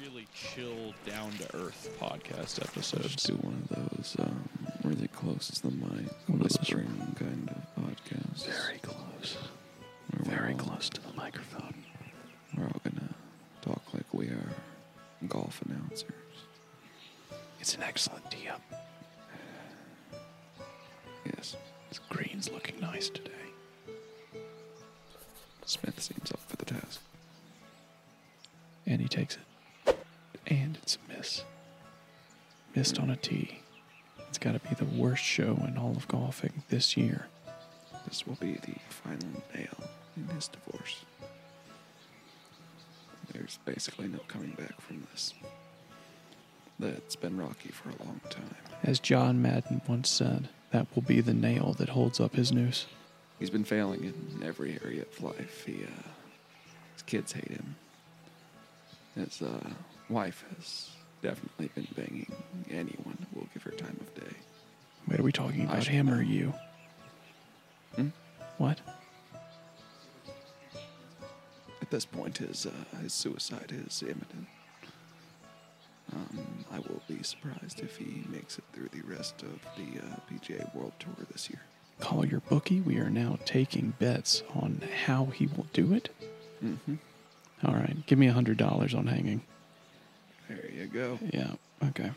really chill, down to earth podcast Just episodes. do one of those um, really close to the mic, One of those- whispering kind of podcasts. Very close. Where we're Very all- close to the microphone. We're all gonna talk like we are golf announcers. It's an excellent tee up. Yes, This green's looking nice today. Smith seems up for the task. And he takes it. And it's a miss. Missed on a tee. It's got to be the worst show in all of golfing this year. This will be the final nail in his divorce. There's basically no coming back from this. That's been rocky for a long time. As John Madden once said, that will be the nail that holds up his noose. He's been failing in every area of life. He, uh, his kids hate him. His uh, wife has definitely been banging anyone who will give her time of day. Wait, are we talking I about should him know. or you? Hmm? What? At this point, his uh, his suicide is imminent. Um, I will be surprised if he makes it through the rest of the uh, PGA World Tour this year. Call your bookie. We are now taking bets on how he will do it. Mm-hmm. All right, give me a hundred dollars on hanging. There you go. Yeah. Okay.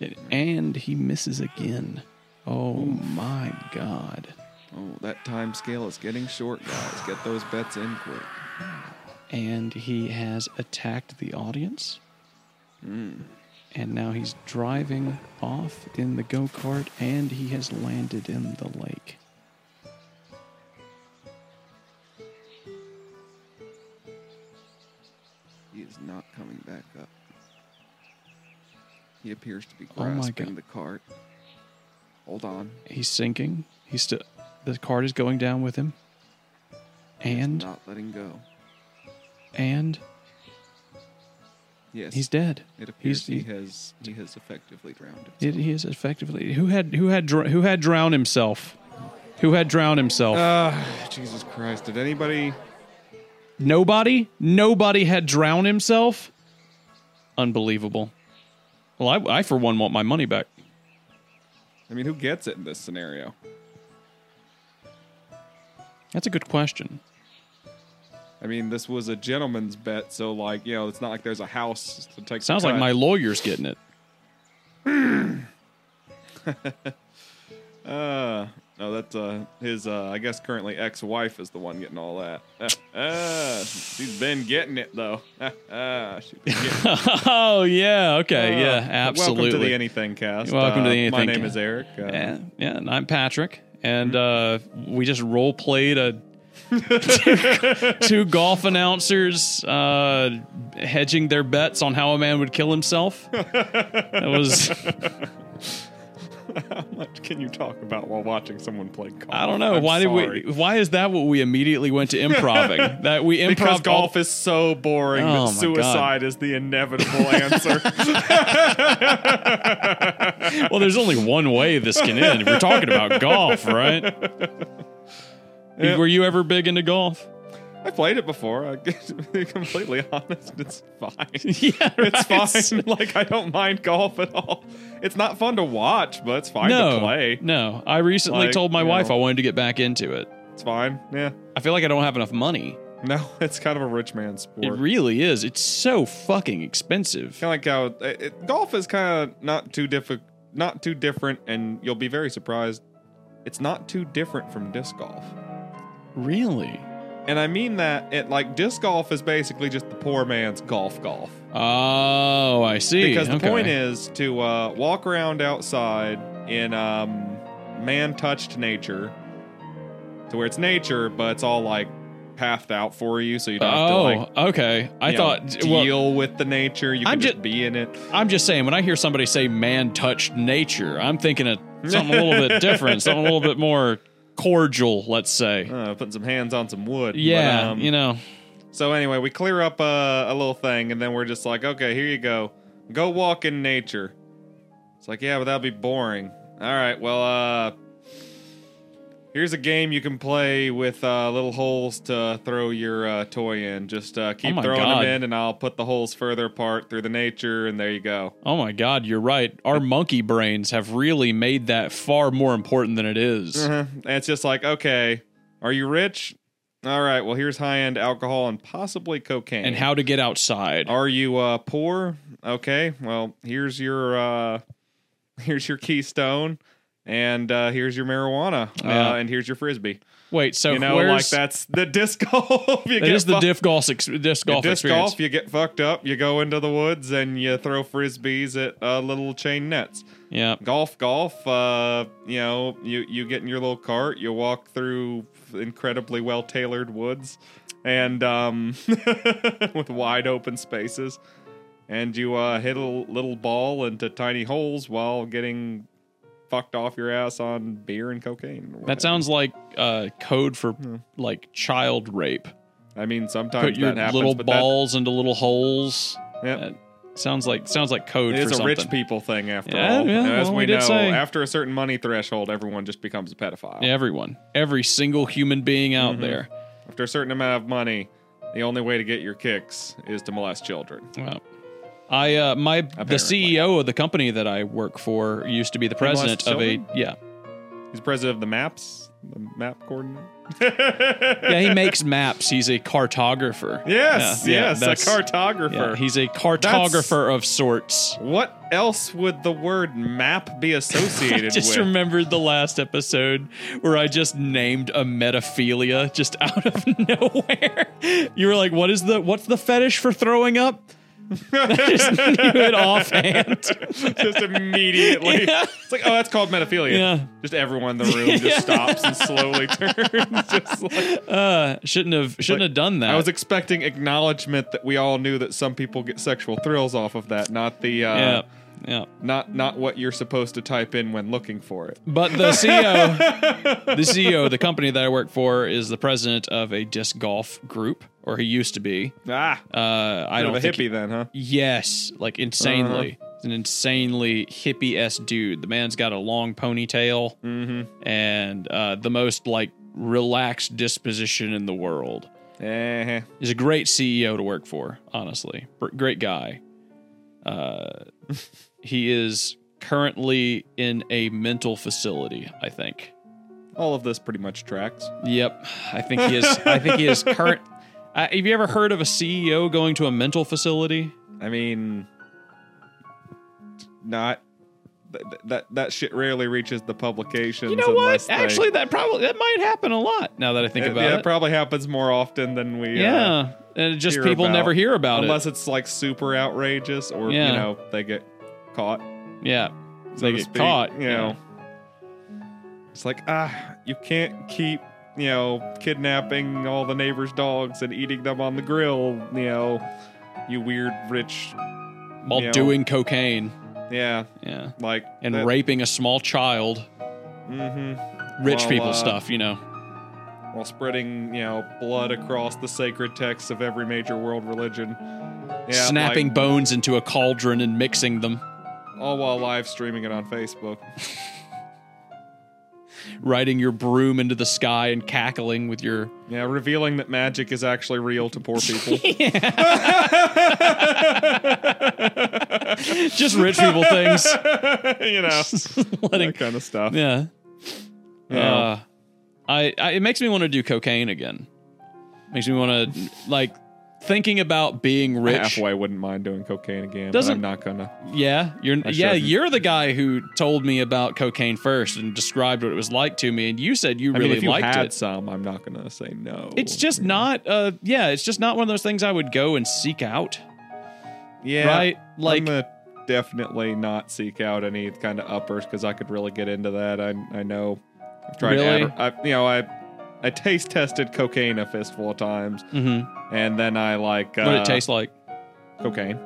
It- And he misses again. Oh my God. Oh, that time scale is getting short, guys. Get those bets in quick. And he has attacked the audience. Mm. And now he's driving off in the go kart and he has landed in the lake. He is not coming back up. He appears to be Oh my grasping God. the cart. Hold on. He's sinking. He's still. The cart is going down with him. He is And not letting go. and Yes, he's dead. it appears he's- he has he has effectively drowned himself. It, he is effectively who had who had dr- who had drowned himself. Who had drowned himself? Ah, Jesus Christ! Did anybody? Nobody? Nobody had drowned himself? Unbelievable. Well, I, I for one want my money back. I mean, who gets it in this scenario? That's a good question. I mean, this was a gentleman's bet, so like, you know, it's not like there's a house to take. the Sounds like cut. my lawyer's getting it. Uh, no, that's uh his uh I guess currently ex-wife is the one getting all that. Uh, uh, she's been getting it though. Uh, she's been getting it. oh yeah, okay, yeah, Uh, absolutely. Welcome to the Anything Cast. Welcome to Uh, the Anything My name Cast. is Eric. Uh, yeah, yeah, and I'm Patrick, and uh, we just role played a two golf announcers uh, hedging their bets on how a man would kill himself. That was How much can you talk about while watching someone play golf? I don't know I'm why sorry. did we why is that what we immediately went to improving that we improv Because golf is so boring Oh that my God. suicide is the inevitable answer. well there's only one way this can end we're talking about golf right were you ever big into golf I played it before. I, to be completely honest, it's fine. yeah It's fine. Like I don't mind golf at all. It's not fun to watch, but it's fine no to play. no I recently Like, told my you wife know. I wanted to get back into it It's fine. Yeah. I feel like I don't have enough money No, it's kind of a rich man's sport. it really is it's so fucking expensive kind of like how it, it- golf is kind of not too diffi- not too different, and you'll be very surprised. It's not too different from disc golf, really and I mean that it like disc golf is basically just the poor man's golf golf. oh I see because the Okay. point is to uh, walk around outside in um, man-touched nature, to where it's nature, but it's all like pathed out for you, so you don't have to oh like okay I you know, thought well, deal with the nature. You can I'm just, ju- be in it. I'm just saying, when I hear somebody say man touched nature, I'm thinking of something a little bit different, something a little bit more cordial, let's say. Uh, putting some hands on some wood. but, Yeah, um, you know. So anyway, we clear up uh, a little thing, and then we're just like, okay, here you go, go walk in nature. It's like, yeah, but that'll be boring. All right, well, uh, Here's a game you can play with uh, little holes to throw your uh, toy in. Just uh, keep Oh my throwing God. them in, and I'll put the holes further apart through the nature, and there you go. Oh my God, you're right. Our monkey brains have really made that far more important than it is. Uh-huh. And it's just like, okay, are you rich? All right, well, here's high end alcohol and possibly cocaine. and how to get outside. Are you uh, poor? Okay, well here's your uh, here's your keystone, and uh, here's your marijuana, Yeah. uh, and here's your frisbee. Wait, so You know, where's like that's the disc golf. you that is the fuck- disc golf, ex- disc you golf disc experience. golf. You get fucked up. You go into the woods and you throw frisbees at uh, little chain nets. Yeah, Golf, golf. Uh, you know, you you get in your little cart. You walk through incredibly well tailored woods, and um, with wide open spaces, and you uh, hit a little ball into tiny holes while getting fucked off your ass on beer and cocaine. or that whatever. sounds like uh, code for like child rape. I mean, Hmm. sometimes Put your that happens. little but balls into little holes. That, yep. That sounds like sounds like code It for is a something. rich people thing, after Yeah, all. yeah, As well, we, we know, did say. after a certain money threshold, everyone just becomes a pedophile. Everyone, every single human being out Mm-hmm. there. After a certain amount of money, the only way to get your kicks is to molest children. Well, I uh, my the Apparently. CEO of the company that I work for used to be the molest president of a children? yeah He's president of the maps, the map coordinate. yeah he makes maps. He's a cartographer. Yes, Yeah, yeah, yes, that's- a cartographer. Yeah, he's a cartographer of sorts. what else would the word map be associated just with? remembered the last episode where I just named a metaphilia just out of nowhere. You were like, "What is the what's the fetish for throwing up?" I just knew it offhand. just immediately. Yeah. It's like, oh, that's called metaphilia. Yeah. Just everyone in the room just stops and slowly turns. just like, Uh, shouldn't have shouldn't Like, have done that. I was expecting acknowledgement that we all knew that some people get sexual thrills off of that, not the uh, yeah, yeah. not not what you're supposed to type in when looking for it. But the CEO, the CEO, of the company that I work for, is the president of a disc golf group, or he used to be. Ah, Uh, I I don't of a think he- hippie then, huh? Yes, like insanely. He's An insanely hippie s dude. The man's got a long ponytail and uh, the most like relaxed disposition in the world. Eh, He's a great CEO to work for, honestly. Br- Great guy. Uh, he is currently in a mental facility. I think. all of this pretty much tracks. Yep, I think he is. I think he is current. Uh, have you ever heard of a CEO going to a mental facility? I mean, not th- th- that that shit rarely reaches the publications. You know what? unless they- Actually, that probably that might happen a lot. Now that I think it, about yeah, it, probably happens more often than we. uh, yeah, and it just hear people about- never hear about unless it's like super outrageous or Yeah. you know they get caught. it. Yeah, so they to get speak, caught. You know, it's like ah, you can't keep you know kidnapping all the neighbors' dogs and eating them on the grill. You know, you weird rich. while you know, doing cocaine, yeah, yeah, like and raping a small child, hmm rich Well, people uh, stuff. You know, while spreading you know blood across the sacred texts of every major world religion. Yeah, snapping like, bones into a cauldron and mixing them, all while live streaming it on Facebook. riding your broom into the sky and cackling with your. Yeah, revealing that magic is actually real to poor people. Just rich people things. you know, Letting, that kind of stuff. yeah. Yeah. Uh, I, I it makes me want to do cocaine again. Makes me want to like thinking about being rich. Halfway wouldn't mind doing cocaine again. Doesn't- but I'm not gonna. Yeah, you're I yeah, shouldn't. you're the guy who told me about cocaine first and described what it was like to me and you said you I really mean, if you liked had it. some, I'm not gonna say no. It's just not uh yeah, it's just not one of those things I would go and seek out. yeah, right? Like- I'm gonna definitely not seek out any kind of uppers because I could really get into that. I I know. I've tried. Really? adver- I, you know, I I taste tested cocaine a fistful of times, Mhm. and then I like uh, What it tastes like? cocaine.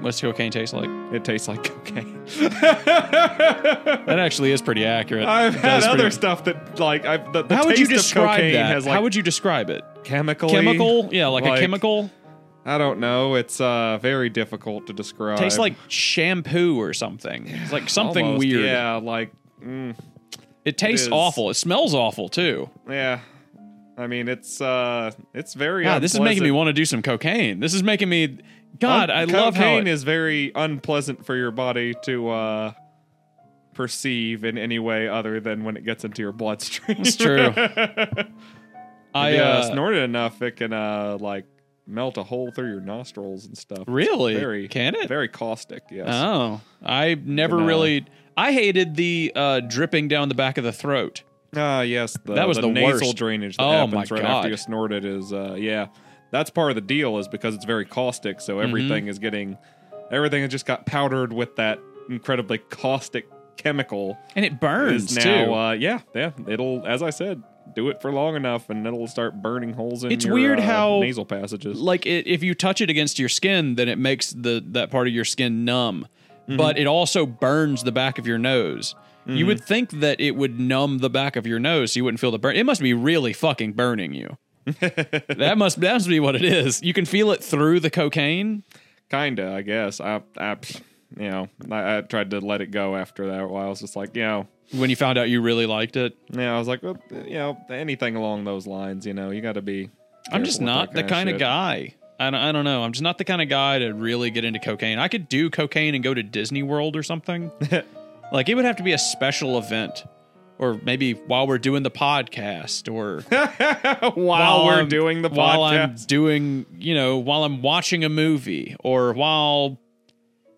What's cocaine taste like? It tastes like cocaine. That actually is pretty accurate. I've It had does pretty- other stuff that like I've the, the How taste would you of describe cocaine that? has like How would you describe it? chemically Chemical? Yeah, like, like- a chemical. I don't know. It's uh very difficult to describe. Tastes like shampoo or something. It's like something Almost, weird. Yeah, like mm, It tastes is. awful. It smells awful too. Yeah. I mean, it's uh, it's very. God, this is making me unpleasant. want to do some cocaine. This is making me. God, Un- I love how. cocaine It, is very unpleasant for your body to uh, perceive in any way other than when it gets into your bloodstream. it's true. I yeah, uh, snorted enough, it can uh, like melt a hole through your nostrils and stuff. It's Really? Very Can it? Very caustic. Yes. Oh, I never Can, uh, really. I hated the uh, dripping down the back of the throat. Ah, yes. The, That was the nasal worst. drainage that Oh, happens my right God. after you snort it is, uh, yeah. That's part of the deal is because it's very caustic, so Mm-hmm. everything is getting, everything has just got powdered with that incredibly caustic chemical. And it Is burns now, too. Uh, yeah, yeah. It'll, as I said, do it for long enough, and it'll start burning holes in It's your, weird uh, how- nasal passages. like it, if you touch it against your skin, then it makes the that part of your skin numb, but it also burns the back of your nose. You would think that it would numb the back of your nose, so you wouldn't feel the burn. It must be really fucking burning you. that must that must be what it is. You can feel it through the cocaine. Kinda, I guess. I, I you know, I, I tried to let it go after that. While I was just like, you know, When you found out you really liked it, yeah. I was like, well, you know, anything along those lines. You know, you got to be. I'm just careful with not that the kind of shit. guy. I don't, I don't know. I'm just not the kind of guy to really get into cocaine. I could do cocaine and go to Disney World or something. like it would have to be a special event, or maybe while we're doing the podcast, or while, we're I'm- doing the while I'm podcast. doing you know while I'm watching a movie, or while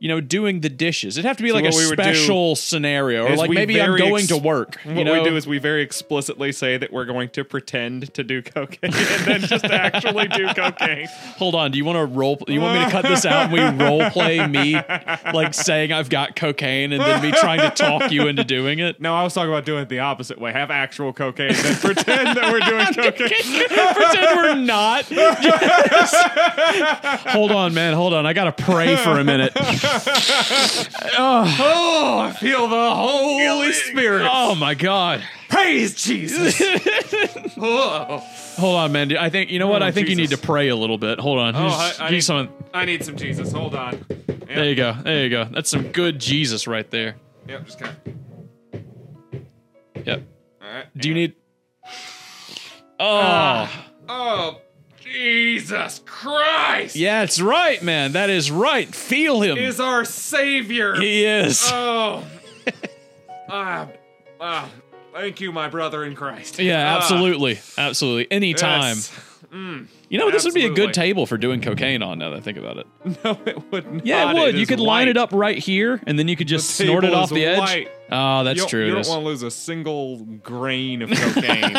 you know doing the dishes. It'd have to be like a what we would do special scenario, or is like we maybe I'm very going ex- to work. You what know? we do is we very explicitly say that we're going to pretend to do cocaine and then just actually do cocaine. Hold on. Do you want to role? You want me to cut this out? and We role play me like saying I've got cocaine, and then me trying to talk you into doing it. No, I was talking about doing it the opposite way. Have actual cocaine and then pretend that we're doing cocaine. Pretend we're not. hold on, man. Hold on. I gotta pray for a minute. Oh, I feel the Holy Spirit. Oh my god. Praise Jesus. oh, Hold on, man. I think you know what. Oh, I think you need Jesus. Oh, to pray a little bit. Hold on. Here's- I- I here's need- some- I need some Jesus. Hold on. There you go. There you go. That's some good Jesus right there. Yep, just kind of. Yep. All right. Do you need? Oh. Oh, Jesus Christ Yeah, it's right, man. That is right. Feel him. is our Savior. he is. Oh. ah, ah, thank you, my brother in Christ. Yeah, Ah, absolutely. Absolutely. Anytime. yes. You know, this would be a Absolutely. good table for doing cocaine on now that I think about it. No, it would not. Yeah, it would. you is could line white. it up right here and then you could just The snort it table off is the edge. white. Oh, You that's don't- true. You it don't is. want to lose a single grain of cocaine.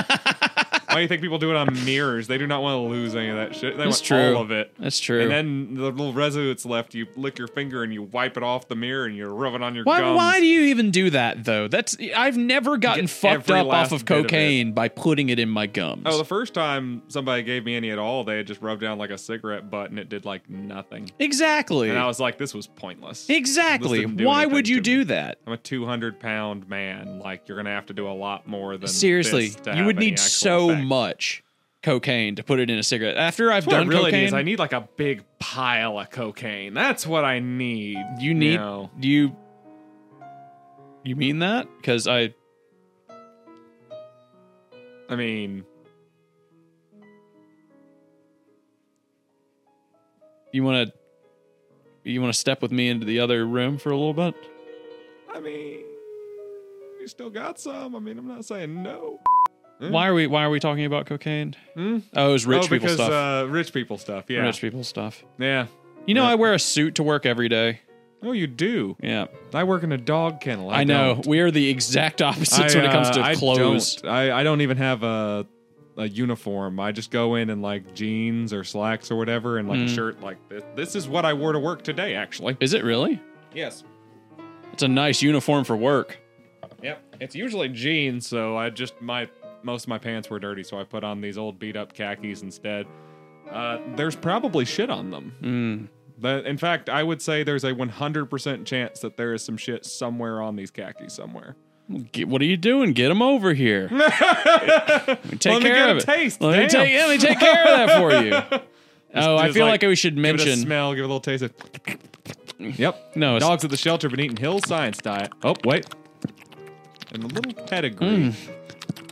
Why do you think people do it on mirrors? They do not want to lose any of that shit. They That's want true. all of it. That's true. And then the little residue that's left, you lick your finger and you wipe it off the mirror and you rub it on your why, gums. why do you even do that though? That's I've never gotten Get fucked every up off last of bit of it. cocaine by putting it in my gums. Oh, the first time somebody gave me any at all, they had just rubbed down like a cigarette butt and it did like nothing. exactly. And I was like, this was pointless. This Exactly. didn't do Why anything would you to do me. that? I'm a 200 pound man. Like, you're going to have to do a lot more than Seriously, this to you have would any need actual so effect. much cocaine to put it in a cigarette. After I've What I done really cocaine, need is I need like a big pile of cocaine. That's what I need. You need know. you. You mean that? Because I I mean, you want to you want to step with me into the other room for a little bit. I mean, you still got some. I mean, I'm not saying no. Why are we Why are we talking about cocaine? Hmm? Oh, it's rich oh, people because stuff. Uh, rich people stuff. Yeah. Rich people stuff. Yeah. You know, Yeah. I wear a suit to work every day. Oh, you do. Yeah, I work in a dog kennel. I, I, know. don't. We are the exact opposites I, when it comes uh, to I clothes. Don't, I, I don't even have a a uniform. I just go in in like jeans or slacks or whatever, and like Hmm. a shirt. Like this. This is what I wore to work today. Actually. Is it really? Yes. It's a nice uniform for work. Yep. It's usually jeans, so I just my most of my pants were dirty, so I put on these old beat up khakis instead. Uh, there's probably shit on them. Mm. The- in fact, I would say there's a 100% chance that there is some shit somewhere on these khakis somewhere. Get- what are you doing? Get him over here. Let me Let take me care get a of it. taste, Let me damn. take. Let me take care of that for you. oh, I just feel like, like, we should Give it a mention. smell, give it a little taste of. Yep. No, it's- Dogs at the shelter have been eating hill science diet. Oh, wait. and a little pedigree. Mm.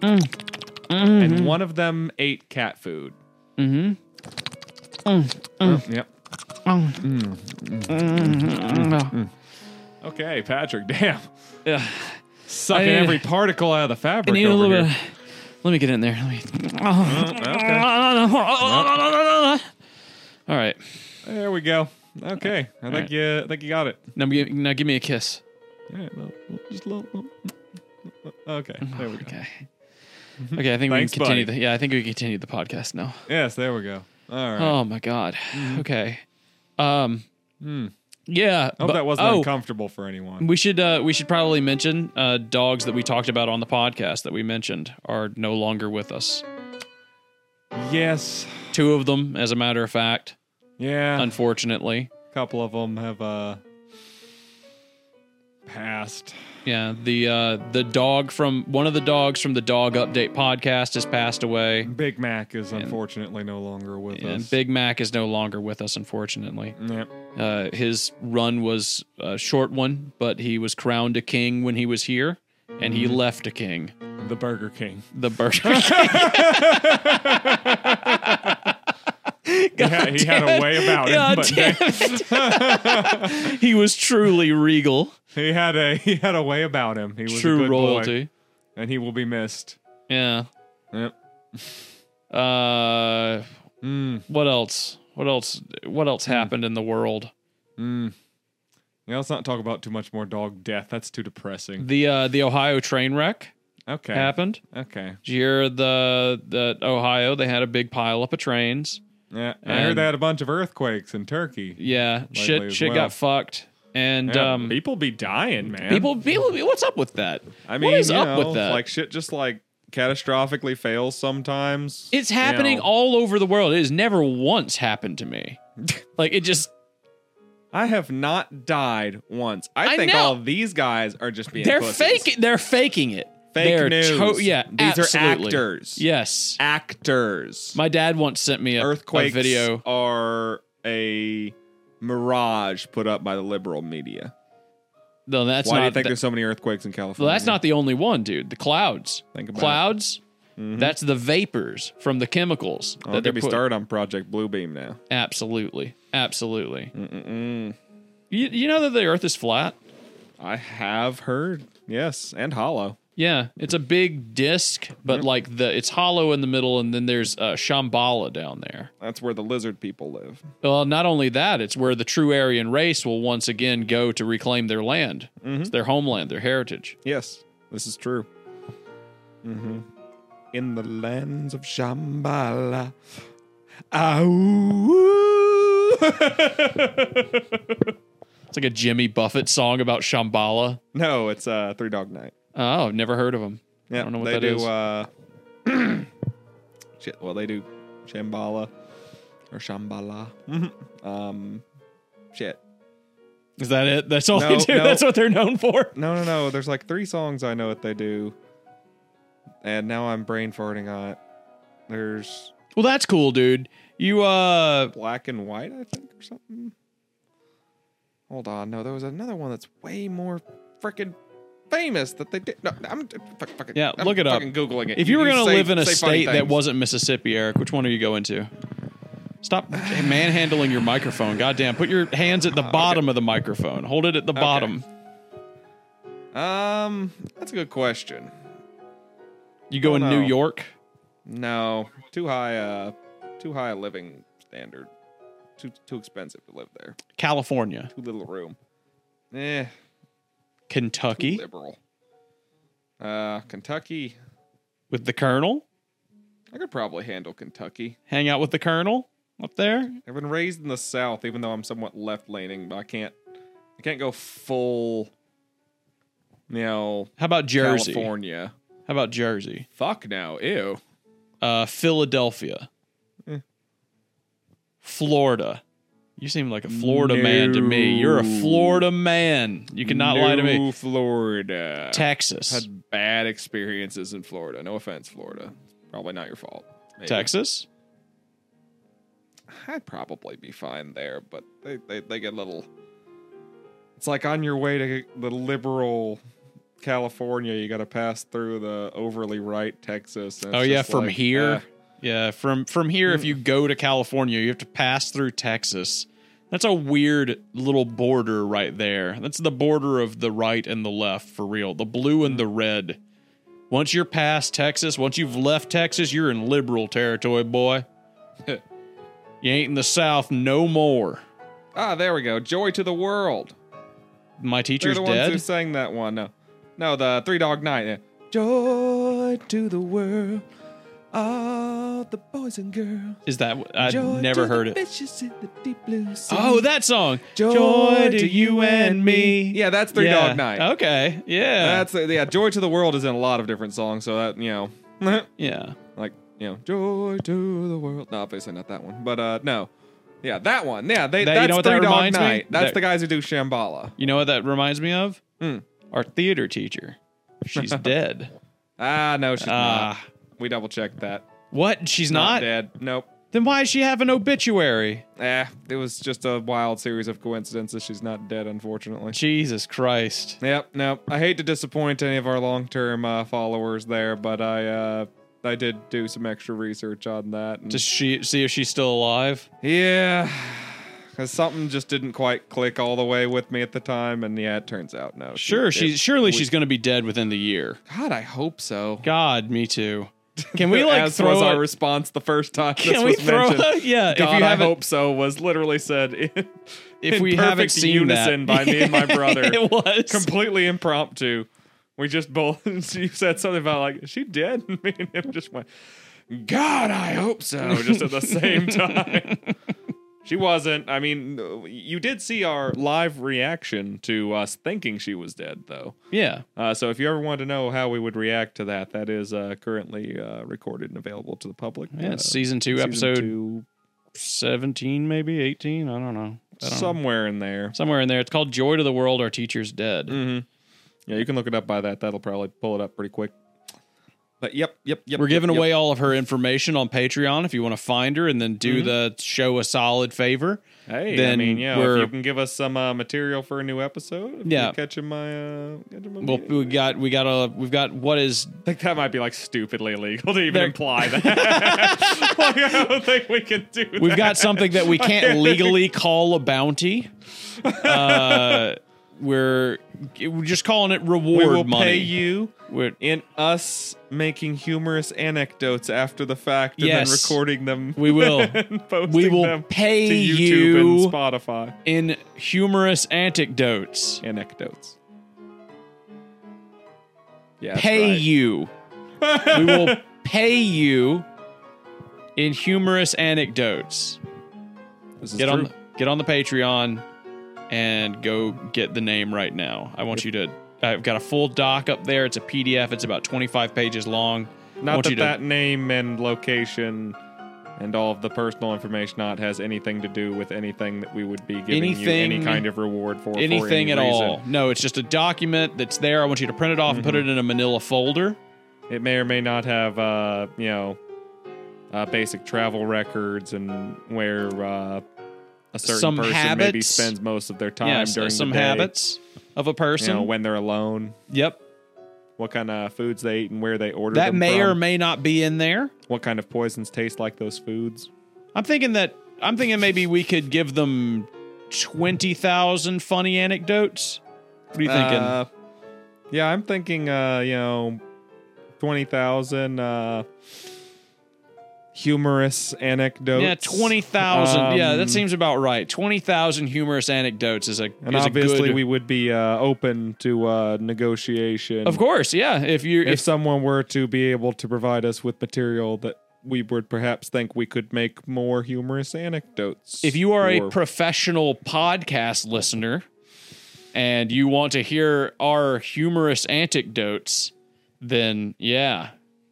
Mm-hmm. And one of them ate cat food. Mm. Mm-hmm. yep. Mm. Okay, Patrick. Damn, Yeah. sucking I- every particle out of the fabric. I need a over little bit. here. Of, let me get in there. Let me. Okay. All right. There we go. Okay, I think right. you, I think you got it. Now, gi- now give me a kiss. All right, well, well, just a little. little- Okay, Oh, there we go. Okay. Okay, I Mm-hmm. think Thanks, we can continue. buddy. The, yeah, I think we can continue the podcast now. Yes, there we go. All right. Mm-hmm. Oh my god. Okay. Um. Yeah. Hmm. Hope but- that wasn't oh, uncomfortable for anyone. We should uh, we should probably mention uh, dogs that we talked about on the podcast that we mentioned are no longer with us. Yes. Two of them, as a matter of fact, Yeah. unfortunately. a couple of them have uh passed. Yeah, the uh, the dog from one of the dogs from the Dog Update podcast has passed away, Big Mac is unfortunately no longer with us. and Big Mac is no longer with us, unfortunately. Yep. Uh, his run was a short one, but he was crowned a king when he was here, and Mm-hmm. he left a king. The Burger King. The Burger He had, he had a way about God him, but damn it. he was truly regal, he had a he had a way about him. He was a true good boy, royalty. and he will be missed. Yeah. Yep. Uh, Mm. what else? What else? What Hmm. else happened in the world? Yeah, let's not talk about too much more dog death. That's too depressing. The uh, the Ohio train wreck Okay. happened. Okay. Did you hear the the Ohio? They had a big pile up of trains. Yeah. I heard And- they had a bunch of earthquakes in Turkey. Yeah, shit, as shit well. got fucked, and Yeah, um, people be dying, man. people, people, what's up with that? I mean, what is you up know, with that? Like shit, just like catastrophically fails sometimes. it's happening you know. all over the world. It has never once happened to me. like it just I have not died once. I, I think know. all these guys are just being they're pussies. faking they're faking it. Fake they're news. to- yeah, these absolutely. are actors. Yes. actors. My dad once sent me a, a Earthquakes video. are a mirage put up by the liberal media. No, that's Why not do you think tha- there's so many earthquakes in California? well, that's not the only one, dude. The clouds. Think about it. Mm-hmm. clouds. That's the vapors from the chemicals Oh, that they're they're be put- started on Project Bluebeam now. Absolutely. Absolutely. You, you know that the earth is flat? I have heard, yes, and hollow. Yeah, it's a big disc, but like the it's hollow in the middle and then there's uh, Shambhala down there. That's where the lizard people live. Well, not only that, it's where the true Aryan race will once again go to reclaim their land. Mm-hmm. It's their homeland, their heritage. Yes, this is true. Mm-hmm. In the lands of Shambhala. Ow. It's like a Jimmy Buffett song about Shambhala. no, it's uh, Three Dog Night. Oh, I've never heard of them. Yeah, don't know what they that do. is. Uh, shit, well, they do Shambhala or Shambhala. um, shit. Is that it? That's all No, they do. no. That's what they're known for. No, no, no. There's like three songs I know what they do, and now I'm brain farting on it. There's Well, that's cool, dude. You uh black and white, I think, or something. Hold on, no, there was another one that's way more freaking famous that they did. No, I'm uh, fuck, fuck it. Yeah, I'm look it up. Fucking googling it. if you were going to say- live in a say funny state that things. wasn't Mississippi, Eric, which one are you going to? Stop manhandling your microphone. Goddamn. Put your hands at the bottom of the microphone. Hold it at the bottom. um, that's a good question. You go in Don't New know. York. No, too high, uh, too high a living standard. Too too expensive to live there. California, Too little room. Eh, Kentucky liberal. Uh, Kentucky. with the Colonel. I could probably handle Kentucky. Hang out with the Colonel up there. I've been raised in the South, even though I'm somewhat left leaning, but I can't I can't go full you know How about Jersey? California. How about Jersey? Fuck no, ew. Uh, Philadelphia, Eh. Florida. You seem like a Florida man to me. You're a No. Florida man. You cannot lie to me. No, Florida. Texas, Had bad experiences in Florida. No offense, Florida. Probably not your fault. Maybe. Texas. I'd probably be fine there, but they, they, they get a little. It's like on your way to the liberal California, you got to pass through the overly right Texas. and Oh it's yeah, just from like, Mm. here. eh. Yeah, from from here if you go to California, you have to pass through Texas. That's a weird little border right there. That's the border of the right and the left for real. The blue and the Mm. red. Once you're past Texas, once you've left Texas, you're in liberal territory, boy. you ain't in the South no more. Ah, there we go. Joy to the world. My They're teacher's the ones who dead. sang that one. No, no, the Three Dog Night. yeah. Joy to the world, all the boys and girls. Is that I've Joy never to the heard it. Fishes in the deep blue sea. Oh, that song. Joy to you and me. Yeah, that's Three Yeah. Dog Night. Okay. Yeah. That's yeah. Joy to the world is in a lot of different songs. So that you know, yeah. like you know, joy to the world. No, obviously not that one, but uh, no, yeah, that one. Yeah, they. That- you that's know what that Three Dog reminds me? Night. That's That- the guys who do Shambhala. You know what that reminds me of? Hmm. Our theater teacher. She's dead. Ah, no, she's not. Ah. We double checked that. What? She's not? not dead. Nope. Then why does she have an obituary? Eh, it was just a wild series of coincidences. She's not dead, unfortunately. Jesus Christ. Yep, no. I hate to disappoint any of our long-term uh, followers there, but I uh, I did do some extra research on that. and- Does she see if she's still alive? yeah, because something just didn't quite click all the way with me at the time, and yeah, it turns out no. she- Sure, it- she's surely we- she's going to be dead within the year. God, I hope so. God, me too. Can we like As throw was our a- response the first time this Can we was throw mentioned. a, yeah, God, if you I haven't hope so was literally said in, if in we haven't perfect seen that- unison by me and my brother. it was. completely impromptu. We just both you said something about like "Is she dead, and me and him just went, God, I hope so. Just at the same time, she wasn't. I mean, you did see our live reaction to us thinking she was dead, though. yeah. Uh, so if you ever want to know how we would react to that, that is uh, currently uh, recorded and available to the public. Yeah, Uh, it's season 2 season episode two, 17 maybe 18, I don't know. I don't know. somewhere in there. Somewhere in there. It's called Joy to the World Our Teacher's Dead. Mm. Yeah, you can look it up by that. That'll probably pull it up pretty quick. But yep, yep, yep. We're yep, giving yep. away all of her information on Patreon. If you want to find her and then do the show a solid favor, Mm-hmm. Hey, I then mean, yeah, if we're- you can give us some uh, material for a new episode, if Yeah. you're catching my, uh, catching my well, meeting. we got we got a we've got what is I think that might be like stupidly illegal to even There- imply that. like, I don't think we can do. that. we've got something that we can't legally call a bounty. Uh, we're we're just calling it We reward will money. pay you We're- in us making humorous anecdotes after the fact and Yes. then recording them. we will and posting we will them pay to YouTube you- and Spotify in humorous anecdotes anecdotes. Yeah, that's pay right. you. we will pay you in humorous anecdotes. This is get true. on get on the Patreon and go get the name right now. I want you to. I've got a full doc up there. It's a PDF. It's about 25 pages long. I Not want that you to- that name and location and all of the personal information not has anything to do with anything that we would be giving you Anything- any kind of reward for. for anything any at reason. all. No, it's just a document that's there. I want you to print it off and put Mm-hmm. it in a Manila folder. It may or may not have, uh, you know, uh, basic travel records and where uh, a certain Some person maybe habits. spends most of their time Yeah, during so- the some day, habits of a You person. know, when they're alone, yep, what kind of foods they eat and where they order that them may or from, may not be in there. what kind of poisons taste like those foods. I'm thinking that I'm thinking maybe we could give them 20,000 funny anecdotes. What are you thinking? Uh, yeah, I'm thinking, uh, you know, 20,000 uh, humorous anecdotes. Yeah, twenty thousand. yeah, Um, that seems about right. Twenty thousand humorous anecdotes is a And is a obviously, good- we would be uh, open to uh, negotiation. of course, yeah. If you If if, someone were to be able to provide us with material that we would perhaps think we could make more humorous anecdotes. if you are a or- professional podcast listener and you want to hear our humorous anecdotes, then yeah,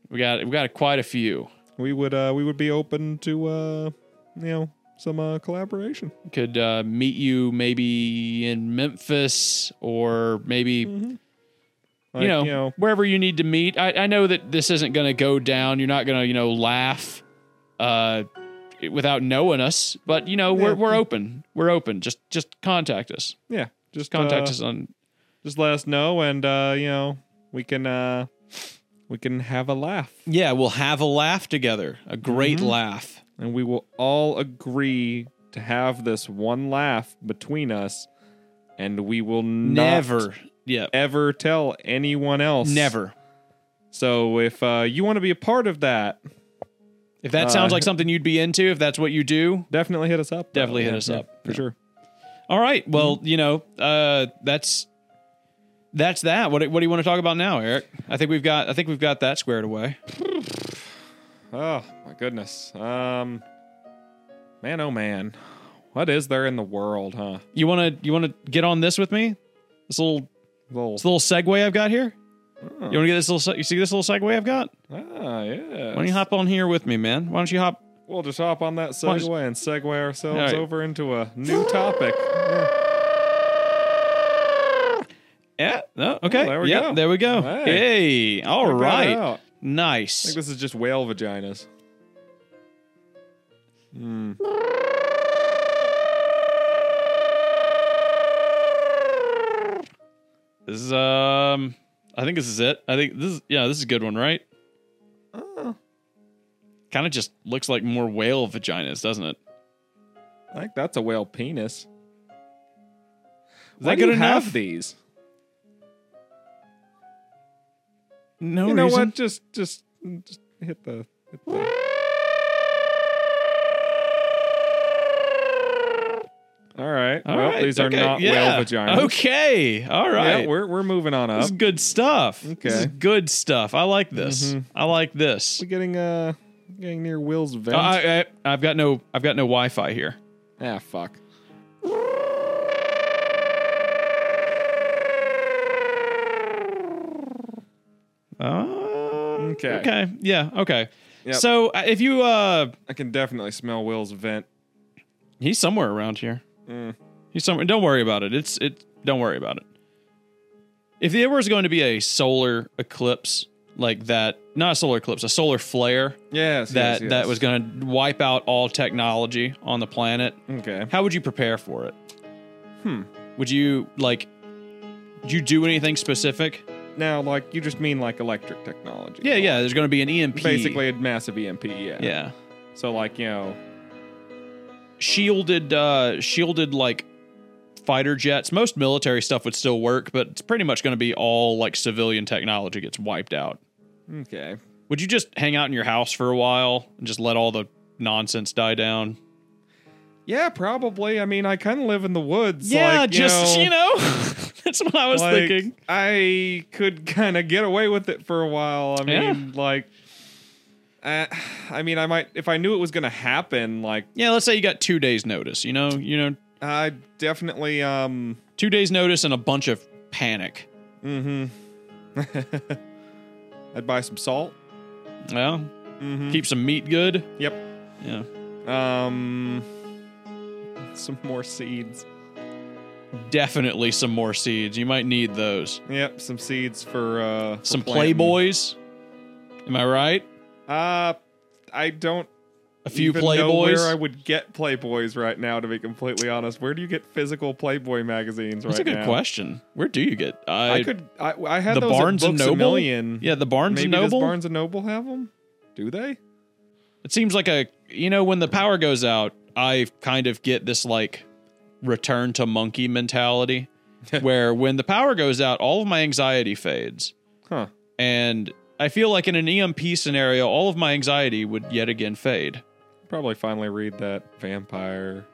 we got we got quite a few. we would uh, we would be open to uh, you know some uh, collaboration. Could uh, meet you maybe in Memphis or maybe Mm-hmm. Like, you, know, wherever you need to meet. I, I know that this isn't going to go down. You're not going to, you know, laugh uh, without knowing us. But you know, we're Yeah. we're open. We're open. Just just contact us. yeah, just Contact uh, us on just let us know, and uh, you know we can uh, we can have a laugh, Yeah, we'll have a laugh together. A great Mm-hmm. laugh. and we will all agree to have this one laugh between us, and we will not Never. Yeah. ever tell anyone else. Never. So if uh, you want to be a part of that, If Uh, that sounds like something you'd be into, if that's what you do, definitely hit us up. Definitely hit Yeah, us yeah, up. for sure. all right. Mm-hmm. Well, you know, uh, that's that's that. What, do- what do you want to talk about now, Eric? I think we've got I think we've got that squared away. Oh my goodness. Um, man, oh man, what is there in the world, huh? You wanna you wanna get on this with me? This little Little, this little segue I've got here. Oh. You wanna get this little se- you see this little segue I've got? ah, yeah. Why don't you hop on here with me, man? Why don't you hop? We'll just hop on that Why don't segue and segue ourselves All right. over into a new topic. Yeah. No, Oh, okay. there we Yep, go. There we go. Hey. Hey. All Check that right. out. I Nice. think this is just whale vaginas. This is um I think this is it. I think this is yeah, this is a good one, right? Oh, Kind of just looks like more whale vaginas, doesn't it? I think that's a whale penis. Is that good enough? Have these? No you know what? Just, just, just hit the. Hit the... All right. All well, right, these okay, are not yeah. whale vaginas. Okay. All Yeah, right. we're we're moving on up. this is good stuff. This is Okay. Mm-hmm. good stuff. I like this. I like this. We're getting uh getting near Will's vent. I, I, I've got no I've got no Wi-Fi here. ah, fuck. Uh, Oh, Okay. Okay. Yeah. Okay. Yep. So uh, if you uh, I can definitely smell Will's vent. he's somewhere around here. Mm. He's somewhere. Don't worry about it. It's it. Don't worry about it. If there was going to be a solar eclipse like that, not a solar eclipse, a solar flare Yes. that yes, that yes. was going to wipe out all technology on the planet, Okay. how would you prepare for it? Hmm. Would you like? Do you do anything specific? Now, like you just mean like electric technology. Yeah, yeah. There's going to be an EMP. Basically, a massive EMP. Yeah. yeah. So like you know, shielded uh shielded like fighter jets most military stuff would still work but it's pretty much going to be all like civilian technology gets wiped out okay. would you just hang out in your house for a while and just let all the nonsense die down Yeah, probably. I mean, I kind of live in the woods. like, just you know, that's what i was like, thinking I could kind of get away with it for a while. I Yeah. mean, like, I, I mean, I might if I knew it was gonna happen. Like, yeah let's say you got two days notice you know you know I definitely um. two days notice and a bunch of panic I'd buy some salt. well Mm-hmm. keep some meat good Yep. yeah Um, some more seeds. definitely some more seeds you might need those Yep, some seeds for uh for some planting. playboys am i right Uh, I don't a few even know where I playboys would get playboys right now. To be completely honest, where do you get physical Playboy magazines right that's a good now? question where do you get i, I, could. I, I had the those at barnes and Books a noble Million. yeah the barnes Maybe and does noble Barnes and Noble have them? Do they? it seems like a you know when the power goes out i kind of get this like return to monkey mentality where when the power goes out all of my anxiety fades Huh. and i feel like in an emp scenario all of my anxiety would yet again fade Probably finally read that vampire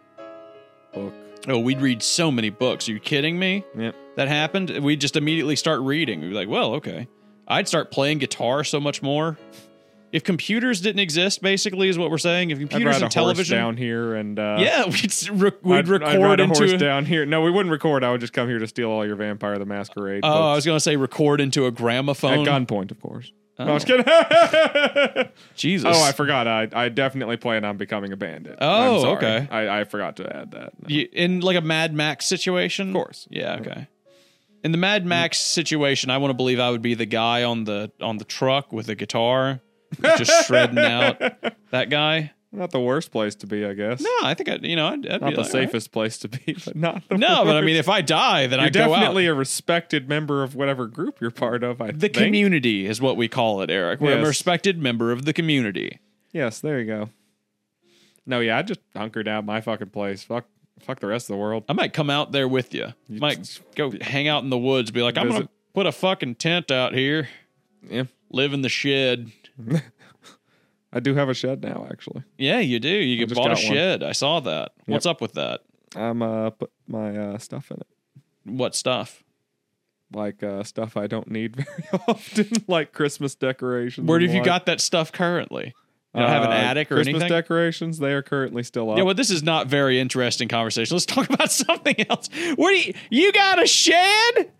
book. oh we'd read so many books are you kidding me Yep. that happened, we just immediately start reading. We'd be like, well, okay. I'd start playing guitar so much more. If computers dn't exist, basically, is what we're saying. If I'd computers ride a and television, horse down here and uh, yeah, we'd, s- re- we'd I'd, record I'd ride a into. horse down here. No, we wouldn't record. I would just come here to steal all your Vampire the Masquerade. oh, I was books. gonna say record into a gramophone. at gunpoint, of course. No, I was Oh. kidding. oh, Jesus. I forgot. I, I definitely plan on becoming a bandit. Oh, I'm sorry. okay. I, I forgot to add that. No. You- in like a Mad Max situation. Of course. Yeah. Okay. In the Mad Max situation, I want to believe I would be the guy on the on the truck with the guitar, just shredding out that guy. Not the worst place to be, I guess. No, I think I, you know, I'd, I'd not be the like, safest place to be, but not the all right. No, but I worst. mean, if I die, then you're I go out. definitely a respected member of whatever group you're part of. I The think. community is what we call it, Eric. We're Yes. a respected member of the community. Yes, there you go. No, yeah, I just hunker down my fucking place. Fuck, fuck the rest of the world. I might come out there with you. might go hang out in the woods. Be like, I'm gonna Visit. put a fucking tent out here, Yeah, live in the shed. I do have a shed now, actually. Yeah, you do. You just bought a got one. shed. I saw that. What's up with that? I'm uh put my uh stuff in it, What stuff? like uh stuff I don't need very often, like Christmas decorations. Where and have you the like. got that stuff currently? You don't have an Uh, attic or Christmas anything? decorations? They are currently still up. yeah, well, this is not very interesting conversation. Let's talk about something else. What do you, you got a shed?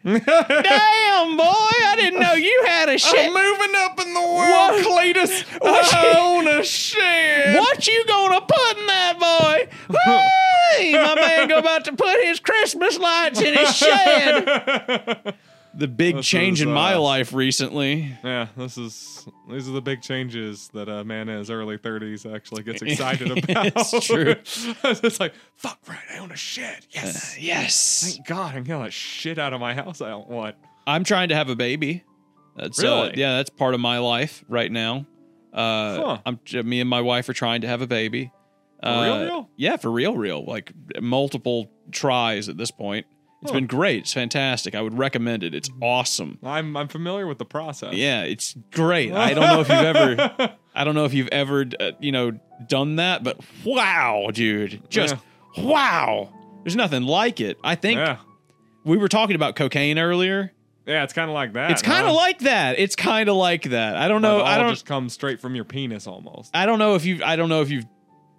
Damn, boy, I didn't know you had a shed. moving up in the world, What? Cletus. What? I own a shed. What you gonna put in that boy? Hey, my man go about to put his Christmas lights in his shed. The big change is, in my uh, life recently. Yeah, this is these are the big changes that a man in his early thirties actually gets excited about. It's true. it's like fuck right, I own a shed. Yes, Yes. thank God, I'm getting that shit out of my house. I don't want. I'm trying to have a baby. That's uh, Really? yeah, that's part of my life right now. Uh, Huh. I'm j- me and my wife are trying to have a baby. Uh, real, real? Yeah, for real, real. Like multiple tries at this point. It's been great. It's fantastic. I would recommend it. It's awesome. I'm I'm familiar with the process. Yeah, it's great. I don't know if you've ever, I don't know if you've ever, uh, you know, done that, but wow, dude, just wow. There's nothing like it. I think yeah, we were talking about cocaine earlier. yeah. It's kind of like that. It's kind of huh? like that. It's kind of like that. I don't know. It all I don't. just comes straight from your penis almost. I don't know if you've. I don't know if you've.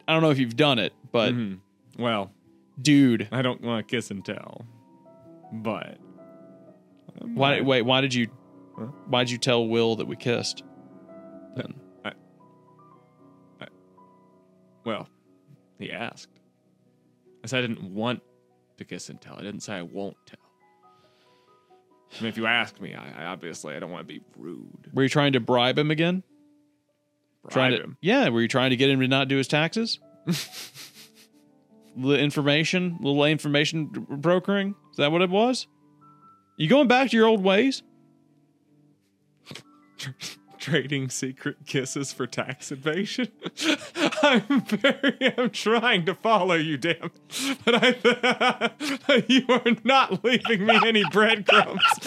I don't know if you've done it, but Mm-hmm. Well, dude, I don't want to kiss and tell, but why? Wait, why did you? Why did you tell Will that we kissed? Well, he asked. I said I didn't want to kiss and tell. I didn't say I won't tell. I mean, if you ask me, I, I obviously I don't want to be rude. Were you trying to bribe him again? Bribe trying to, him. Yeah, were you trying to get him to not do his taxes? the information, little information brokering. Is that what it was? You going back to your old ways? Trading secret kisses for tax evasion. I'm very. I'm trying to follow you, damn. But I. you are not leaving me any breadcrumbs.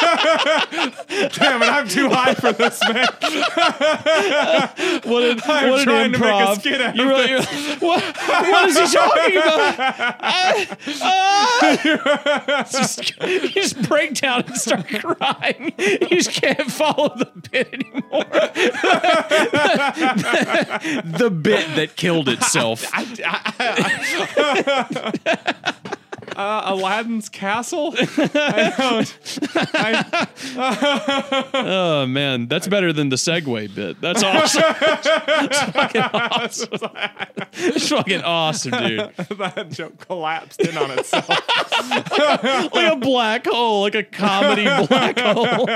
damn it! I'm too high for this, man. What an, I'm what an trying to make a improv. skit out You of really- you're- what, what is he talking about? I- ah! just, you just break down and start crying. You just can't follow the bit anymore. the bit that killed itself. uh, Aladdin's castle. I don't. I, Oh man, that's better than the Segway bit. That's awesome. It's fucking awesome. It's fucking awesome, dude. that joke collapsed in on itself. Like a black hole, like a comedy black hole.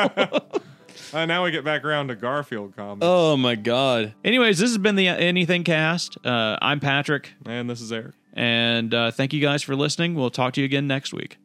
Uh, now we get back around to Garfield comedy, Oh my god. Anyways, this has been the Anything Cast. Uh, I'm Patrick, and this is Eric. and uh, thank you guys for listening. We'll talk to you again next week.